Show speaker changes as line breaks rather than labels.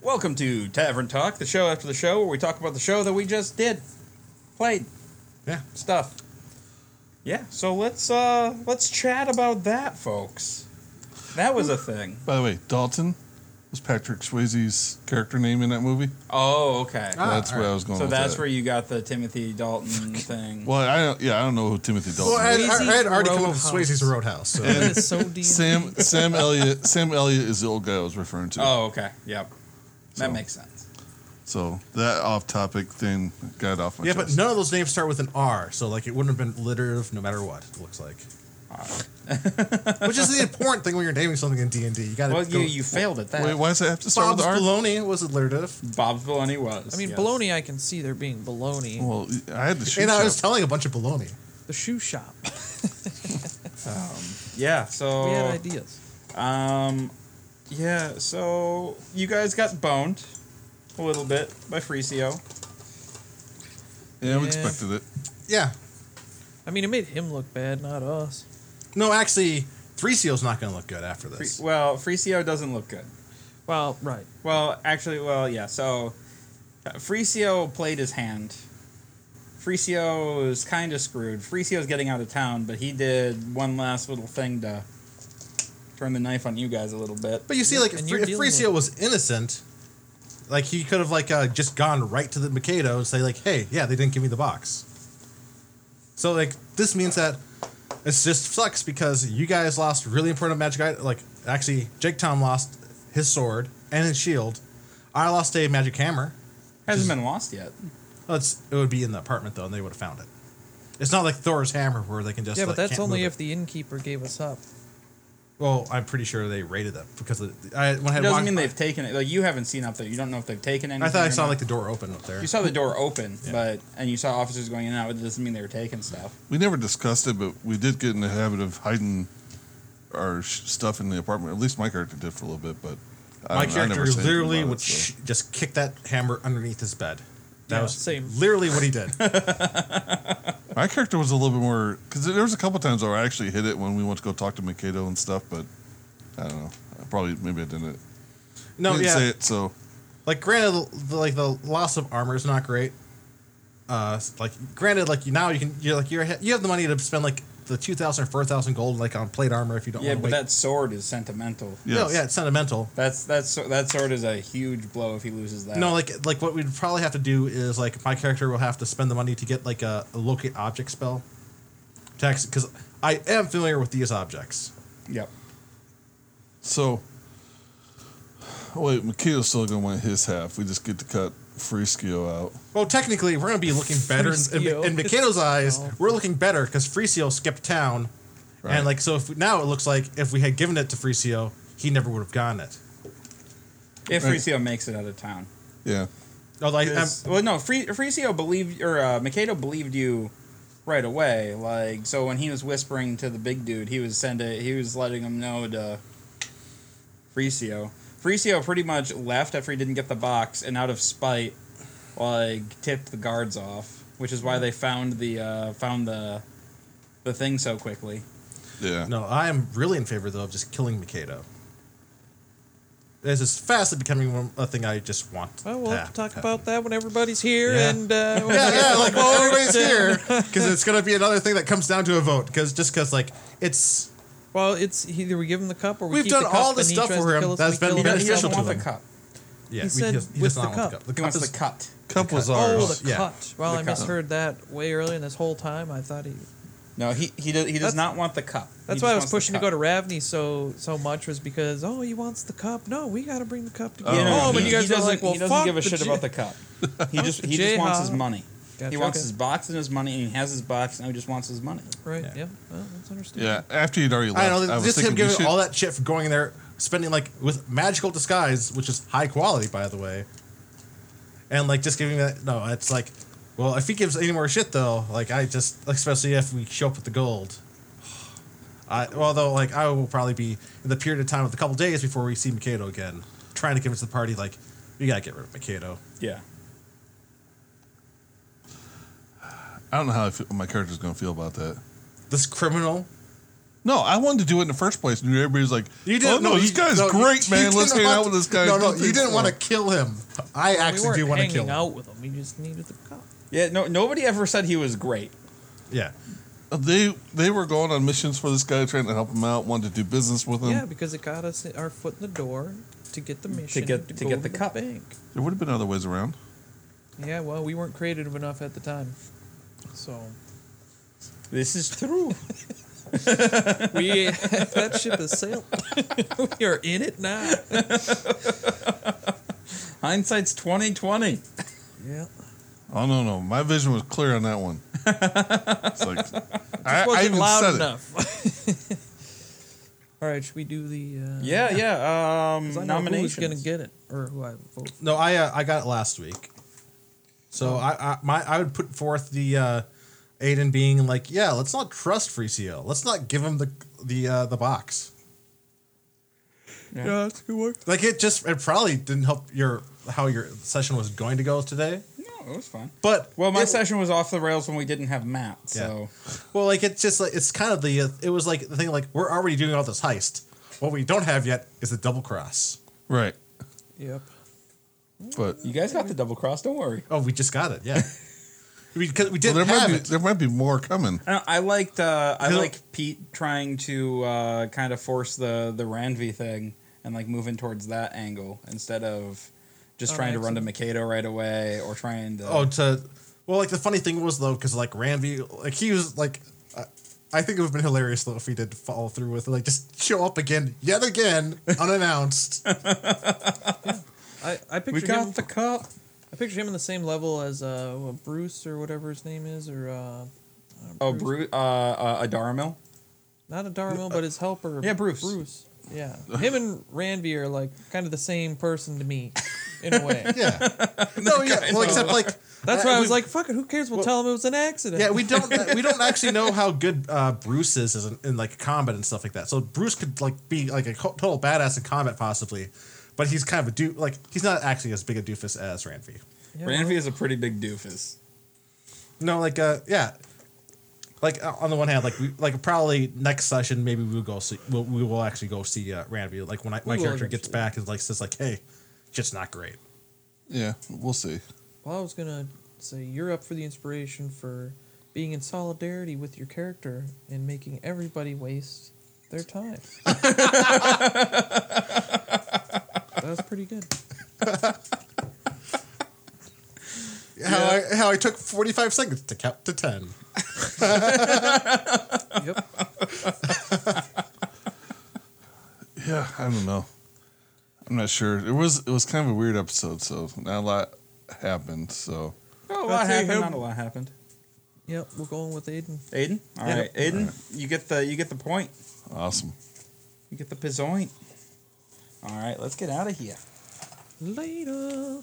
Welcome to Tavern Talk, the show after the show where we talk about the show that we just did, played,
Yeah.
stuff. Yeah, so let's uh let's chat about that, folks. That was a thing.
By the way, Dalton was Patrick Swayze's character name in that movie.
Oh, okay.
Ah,
that's where
alright.
I was going.
so
with
that's
that.
where you got the Timothy Dalton thing.
Well, I don't, yeah, I don't know who Timothy Dalton.
Well, I had,
is.
I had already come up with
Roadhouse.
Swayze's Roadhouse. So.
Yeah.
That is so deep.
Sam Sam Elliott Sam Elliott is the old guy I was referring to.
oh, okay. Yep. That
So-
makes sense.
So that off topic thing got off my
yeah, but
chest.
none of those names start with an R, so like it wouldn't have been alliterative no matter what. It looks like, which is the important thing when you're naming something in D and D. You got to.
Well,
go,
you, you failed at that.
Wait, why does it have to start
Bob's
with R?
Bologna was alliterative,
Bob's baloney was.
I mean,
yes.
baloney. I can see there being baloney.
Oh.
Well, I had to shoot.
and I
shot.
was telling a bunch of baloney.
The shoe shop.
Yeah.
We
Oh.
had
So.
ideas.
Um. Yeah. So you guys got boned a little bit by Freesio.
yeah, we
Yeah.
expected it.
Yeah,
I mean, it made him look bad, not us.
no, actually, Three Seal's not going to look good after this.
well, Freesio doesn't look good.
Well, right.
Well, actually, well, yeah. So, uh, Freesio played his hand. Freesio is kind of screwed. Freesio's getting out of town, but he did one last little thing to turn the knife on you guys a little bit.
But you see, like if,
And
Free,
you're
if
dealing
Freesio was innocent, like he could have like uh, just gone right to the Mikado and say like, "Hey, yeah, they didn't give me the box." So like this means that it just sucks because you guys lost really important magic. I- Like actually, Jake Tom lost his sword and his shield. I lost a magic hammer.
Hasn't been lost yet.
Well, it's, it would be in the apartment though, and they would have found it. It's not like Thor's hammer where they can just
yeah, but
like,
that's
can't
only
move
if the innkeeper gave us up.
it. Well, I'm pretty sure they raided them because of, I when I
It
had
doesn't
walked
mean
by-
they've taken it. Like you haven't seen up there. You don't know if they've taken anything.
I thought I
or
saw
not.
like the door open up there.
you saw the door open,
Yeah.
but and you saw officers going in and out. But it doesn't mean they were taking stuff.
We never discussed it, but we did get in the habit of hiding our sh- stuff in the apartment. At least my character did for a little bit, but I
My
don't- I
character
never said anything
literally
about
would
it, so.
sh- just kick that hammer underneath his bed. That
Yeah,
was
same.
literally what he did.
My character was a little bit more because there was a couple times where I actually hit it when we went to go talk to Mikado and stuff, but I don't know. I probably maybe I didn't.
No,
didn't
yeah.
say it. So
Like granted, the, like the loss of armor is not great. Uh, s- like granted, like you now you can you're like you're you have the money to spend like the 2,000 or 4,000 gold like on plate armor if you don't.
yeah,
want
but
to wait.
that sword is sentimental.
no,
Yes.
yeah, it's sentimental.
That's that's that sword is a huge blow if he loses that.
No, like like what we'd probably have to do is like my character will have to spend the money to get like a, a locate object spell, tax because I am familiar with these objects.
yep.
so wait, Mikado's still gonna want his half. We just get to cut Friskio out.
Well, technically, we're going to be looking better in, in,
Frisco.
in Mikado's eyes.
No.
We're looking better because Freesio skipped town,
Right.
and like so. If, now it looks like if we had given it to Freesio, he never would have gotten it.
If
Right.
Freesio makes it out of town.
Yeah,
Although I, I'm,
'Cause- well, no, Fre- Freesio believed or uh, Mikado believed you right away. Like so, when he was whispering to the big dude, he was sending, he was letting him know to Freesio. Freesio pretty much left after he didn't get the box, and out of spite, like tipped the guards off, which is why they found the uh, found the the thing so quickly.
yeah.
no, I am really in favor though of just killing Mikado. This is fastly becoming one- a thing I just want.
Oh, Well, we'll
to
have to talk
happen.
about that when everybody's here
Ah, Yeah.
and uh, when we
yeah,
get
yeah, like well, everybody's
votes and-
here because it's going to be another thing that comes down to a vote because just because like it's
Well, it's either we give him the cup or we
We've
keep
done
the cup
all this
and he
stuff
tries
for
to
him
kill us,
that's
we
been
kill him,
He,
and
doesn't- he
we kill
doesn't
beneficial
him.
want the
him.
cup.
yeah,
He
we-
said
does
with
not
the
want
cup.
The
He
cup
wants
is
the cut.
The cup was ours.
Oh, the
Yeah.
cut. Well,
The
I
cut.
misheard that way earlier, and this whole time I thought he.
No, he he, do, he does
That's-
not want the cup. He
That's
just
why I
wants
was
the
pushing to
cup.
go to Ravney so so much was because oh he wants the cup. No, we got to bring the cup to
Oh.
get
You know,
home.
he,
and you guys
he
are
doesn't,
like, well,
he doesn't
fuck
give a
the
shit
J-
about the cup. He just
the
he just wants his
Jayhawk.
money. He
Gotcha,
wants
okay.
his box and his money, and he has his box, and he just wants his money.
right.
Yeah.
Yeah, well, that's understandable.
Yeah, after he'd already left,
I
I,
don't know.
was
Just
thinking
him
we
giving
should-
all that shit for going in there, spending like with magical disguise, which is high quality, by the way. And like just giving that. No, it's like, well, if he gives any more shit though, like I just, especially if we show up with the gold. I although like I will probably be in the period of time of a couple days before we see Mikado again, trying to convince the party like, we gotta get rid of Mikado.
Yeah.
I don't know how I feel, my character's gonna feel about that.
This criminal
No, I wanted to do it in the first place, and everybody's like,
You didn't.
oh, no, this
you-
guy's
no,
great,
you- you
man. Let's
didn't
hang out
want
with
to-
this guy.
No, no, you didn't want to kill him. I
we
actually
weren't
do want to
hanging
kill him.
out with him. We just needed the cup.
Yeah, no, nobody ever said he was great.
Yeah,
They they were going on missions for this guy, trying to help him out, wanted to do business with him.
Yeah, because it got us our foot in the door to get the mission
get- to
go
get the cup.
bank.
There would have been other ways around.
Yeah, well, we weren't creative enough at the time, so
This is true.
we that ship has sailed. we are in it now.
Hindsight's twenty twenty.
Yeah,
Oh no, no, my vision was clear on that one. it's like I,
It
I
wasn't
even
loud
said
enough. All right, should we do the? Uh,
Yeah, yeah. Um,
'cause I know Who's
nominations.
gonna get it or who I vote?
no, I uh, I got it last week, so
Oh.
I, I my I would put forth the uh, Aiden being like, yeah, let's not trust Freecio. Let's not give him the the uh, the box.
Yeah.
that's good work.
Like it just it probably didn't help your how your session was going to go today.
No, it was fine.
But
Well, my
it-
session was off the rails when we didn't have Matt. So
Well, like it's just like it's kind of the uh, it was like the thing like we're already doing all this heist. What we don't have yet is the double cross.
it. Right.
Yep.
But
you guys got the double cross. Don't worry.
Oh, we just got it. Yeah, we 'cause we
well,
didn't
there might
have
be
it.
there might be more coming.
I, I liked uh, I
Hello.
liked Pete trying to uh, kind of force the the Ranvi thing and like moving towards that angle instead of just
Oh,
trying to run to Mikado right away or trying to.
Oh, to well, like the funny thing was though, because like Ranvi, like he was like, uh, I think it would have been hilarious though if he did follow through with it, like just show up again, yet again, unannounced.
I I
we
picture him.
got the cup.
I picture him on the same level as uh what, Bruce or whatever his name is or. uh
Oh, Bruce, uh, uh, Adaramil.
Not a Darmill, but his helper.
Yeah, Bruce.
Bruce. Yeah. Him and Ranvi are like kind of the same person to me, in a way.
yeah. No, yeah. Well, except like
That's
uh,
why I
we-
was like, "Fuck it, who cares? We'll, tell him it was an accident."
Yeah, we don't we don't actually know how good uh, Bruce is as in, in like combat and stuff like that. So Bruce could like be like a co- total badass in combat possibly, but he's kind of a do like he's not actually as big a doofus as Ranvi.
Yeah,
Ranvi
well,
is a pretty big doofus.
No, like uh yeah, like uh, on the one hand, like we like probably next session maybe we'll go see we'll, we will actually go see uh, Ranvi. Like when I, my
will
character gets
eventually.
back and like says like hey, just not great.
Yeah, we'll see.
well, I was gonna say you're up for the inspiration for being in solidarity with your character and making everybody waste their time. that was pretty good.
How I how I took forty five seconds to count to ten.
Yep.
Yeah, I don't know. I'm not sure. It was it was kind of a weird episode, so not a lot happened. So
Oh, a lot
I'll tell you
happened.
who-
Not a lot happened.
Yep. We're going with Aiden.
Aiden. All
Yeah.
right, Aiden. You get the you get the point.
awesome.
You get the pizzoint. All right, let's get out of here.
Later.